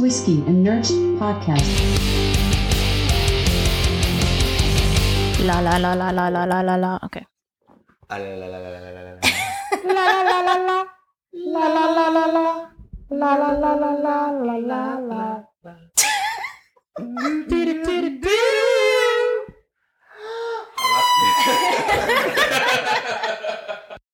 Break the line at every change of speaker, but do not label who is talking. Whiskey and Nerds podcast.
La la la la la la la la la. Okay.
Ah là là là là là là là là.
La la la la la la la la.